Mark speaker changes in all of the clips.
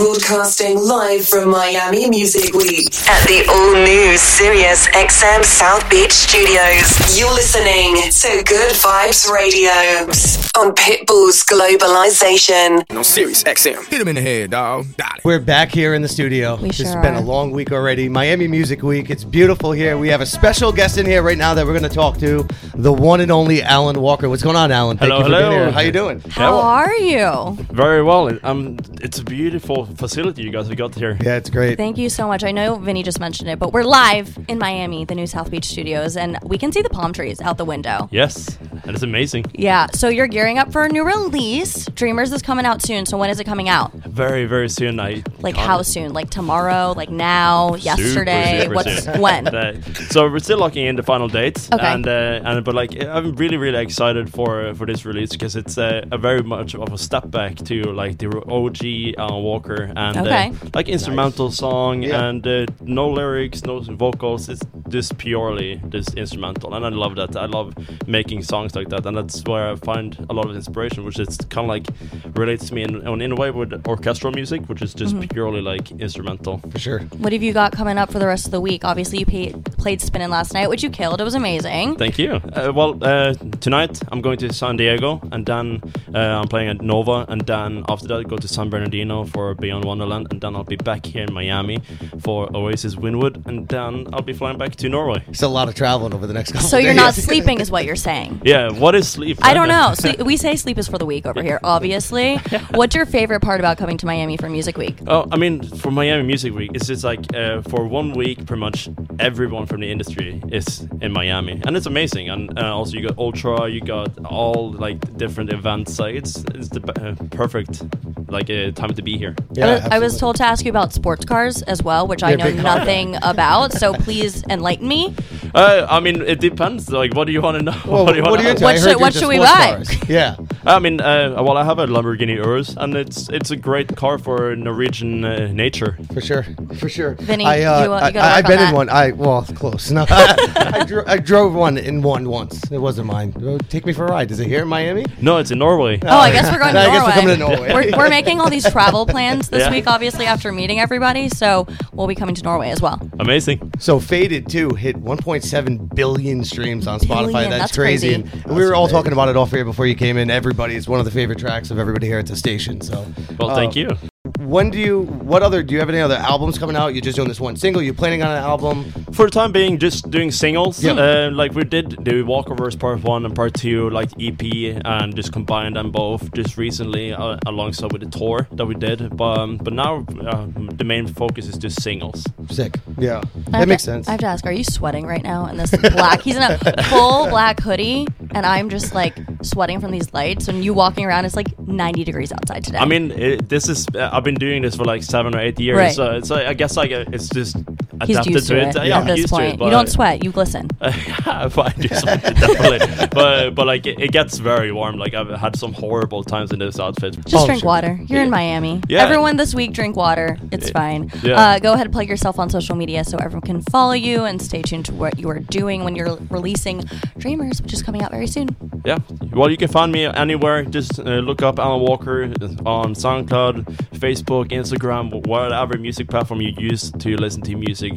Speaker 1: Broadcasting live from Miami Music Week
Speaker 2: at the all new Sirius XM South Beach Studios.
Speaker 1: You're listening to Good Vibes Radio on Pitbull's Globalization.
Speaker 3: on Sirius XM.
Speaker 4: Hit him in the head, dog. Got it.
Speaker 5: We're back here in the studio.
Speaker 6: We
Speaker 5: it's
Speaker 6: sure
Speaker 5: been a
Speaker 6: are.
Speaker 5: long week already. Miami Music Week. It's beautiful here. We have a special guest in here right now that we're going to talk to, the one and only Alan Walker. What's going on, Alan? Thank
Speaker 7: Hello,
Speaker 5: you for being
Speaker 7: hello.
Speaker 5: here. How you doing?
Speaker 6: How are you?
Speaker 7: Very well. It- Um, it's a beautiful facility you guys have got here.
Speaker 5: Yeah, it's great.
Speaker 6: Thank you so much. I know Vinny just mentioned it, but we're live in Miami, the new South Beach studios, and we can see the palm trees out the window.
Speaker 7: Yes, that is amazing.
Speaker 6: Yeah, so you're gearing up for a new release. Dreamers is coming out soon. So when is it coming out?
Speaker 7: Very, very soon. I
Speaker 6: Like
Speaker 7: can't-
Speaker 6: how soon? Like tomorrow? Like now? Yesterday?
Speaker 7: super
Speaker 6: What's
Speaker 7: soon.
Speaker 6: when?
Speaker 7: Uh, so we're still locking in the final dates.
Speaker 6: Okay.
Speaker 7: And uh, and but like I'm really really excited for uh, for this release because it's uh, a very much of a step back to like the OG Alan Walker and
Speaker 6: Okay.
Speaker 7: uh, like instrumental song
Speaker 5: Yeah.
Speaker 7: and uh, no lyrics, no vocals. It's just purely just instrumental, and I love that. I love making songs like that, and that's where I find a lot of inspiration, which is kind of like relates to me in, in a way with orchestral music, which is just
Speaker 6: Mm-hmm.
Speaker 7: purely like instrumental.
Speaker 5: For sure.
Speaker 6: What have you got coming up for the rest of the week? Obviously, you paid, played Spinning last night, which you killed. It was amazing.
Speaker 7: Thank you. Uh, well, uh, tonight I'm going to San Diego, and then uh, I'm playing at Nova, and then after that I go to San Bernardino for Beyond Wonderland, and then I'll be back here in Miami for Oasis Windwood, and then I'll be flying back to Norway.
Speaker 5: It's a lot of traveling over the next couple
Speaker 6: So
Speaker 5: of
Speaker 6: you're not
Speaker 5: days.
Speaker 6: sleeping, is what you're saying.
Speaker 7: Yeah, what is sleep?
Speaker 6: I don't know. So we say sleep is for the week over here, obviously. What's your favorite part about coming to Miami for Music Week?
Speaker 7: Oh, I mean, for Miami Music Week, it's just like uh, for one week, pretty much everyone from the industry is in Miami, and it's amazing. And uh, also, you got Ultra, you got all like different events. Like it's it's the uh, perfect like uh, time to be here.
Speaker 5: Yeah,
Speaker 6: I, was, I was
Speaker 5: absolutely.
Speaker 6: told to ask you about sports cars as well, which I
Speaker 5: Yeah,
Speaker 6: know
Speaker 5: big car.
Speaker 6: nothing about. So please enlighten me.
Speaker 7: Uh, I mean, it depends. Like, what do you want to know?
Speaker 5: Well,
Speaker 7: do you wanna
Speaker 5: what are you
Speaker 7: know?
Speaker 5: into? I
Speaker 6: What
Speaker 5: heard
Speaker 6: should-
Speaker 5: you're
Speaker 6: what
Speaker 5: into
Speaker 6: should we
Speaker 5: sports
Speaker 6: buy?
Speaker 5: cars. Yeah.
Speaker 7: I mean, uh, well, I have a Lamborghini Urus, and it's it's a great car for Norwegian uh, nature.
Speaker 5: For sure, for sure.
Speaker 6: Vinny,
Speaker 5: I,
Speaker 6: you wa- you
Speaker 5: I-
Speaker 6: gotta
Speaker 5: I,
Speaker 6: work
Speaker 5: I've
Speaker 6: on
Speaker 5: been in
Speaker 6: that.
Speaker 5: one. I well, close. No, I, I, dro- I drove one in one once. It wasn't mine. Oh, Take me for a ride. Is it here in Miami?
Speaker 7: No, it's in Norway.
Speaker 6: Oh, I guess we're going to
Speaker 5: I
Speaker 6: Norway.
Speaker 5: guess we're coming to Norway.
Speaker 6: We're, we're making all these travel plans this
Speaker 7: Yeah.
Speaker 6: week, obviously, after meeting everybody. So we'll be coming to Norway as well.
Speaker 7: Oh. Amazing.
Speaker 5: So Faded too hit 1.7 billion streams on Spotify. That's,
Speaker 6: Billion, that's
Speaker 5: crazy.
Speaker 6: crazy.
Speaker 5: And we were all talking about it off air before you came in. Everybody, it's one of the favorite tracks of everybody here at the station. So,
Speaker 7: Well,
Speaker 5: uh,
Speaker 7: thank you.
Speaker 5: When do you? What other? Do you have any other albums coming out? You're just doing this one single. You're planning on an album?
Speaker 7: For the time being, just doing singles.
Speaker 5: Yeah.
Speaker 7: Uh, like we did the walkovers part one and part two, like EP, and just combined them both just recently uh, alongside with the tour that we did. But um, but now uh, the main focus is just singles.
Speaker 5: Sick. Yeah,
Speaker 6: I
Speaker 5: that
Speaker 6: have
Speaker 5: makes
Speaker 6: to-
Speaker 5: sense.
Speaker 6: I have to ask, are you sweating right now in this black? He's in a full black hoodie, and I'm just like sweating from these lights. And you walking around, it's like 90 degrees outside today.
Speaker 7: I mean, it, this is uh, I've been doing this for like seven or eight years,
Speaker 6: Right.
Speaker 7: so it's like, I guess like uh, it's just adapted
Speaker 6: he's used to, it,
Speaker 7: Uh, Yeah,
Speaker 6: at
Speaker 7: I'm
Speaker 6: this
Speaker 7: used
Speaker 6: point.
Speaker 7: to it. But,
Speaker 6: you don't sweat, you glisten.
Speaker 7: but I do sweat, definitely. but but like it, it gets very warm. Like I've had some horrible times in this outfit.
Speaker 6: Just
Speaker 5: Oh,
Speaker 6: drink
Speaker 5: sure.
Speaker 6: water. You're in
Speaker 7: Yeah.
Speaker 6: Miami.
Speaker 7: Yeah.
Speaker 6: Everyone this week drink water. It's fine.
Speaker 7: Yeah.
Speaker 6: Uh, go ahead and plug yourself on social media so everyone can follow you and stay tuned to what you are doing when you're releasing Dreamers, which is coming out very soon.
Speaker 7: Yeah. Well, you can find me anywhere. Just uh, look up Alan Walker on SoundCloud, Facebook, Instagram, whatever music platform you use to listen to music.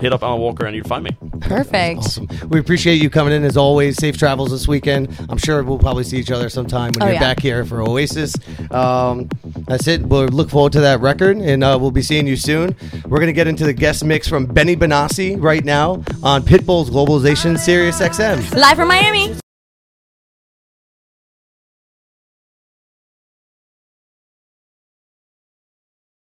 Speaker 7: Hit up Alan Walker and you'll find me.
Speaker 6: Perfect.
Speaker 5: Awesome. We appreciate you coming in as always. Safe travels this weekend. I'm sure we'll probably see each other sometime when
Speaker 6: Oh,
Speaker 5: you're
Speaker 6: yeah.
Speaker 5: back here for Oasis. Um, that's it. We'll look forward to that record, and uh, we'll be seeing you soon. We're gonna get into the guest mix from Benny Benassi right now on Pitbull's Globalization Sirius XM.
Speaker 6: Live from Miami.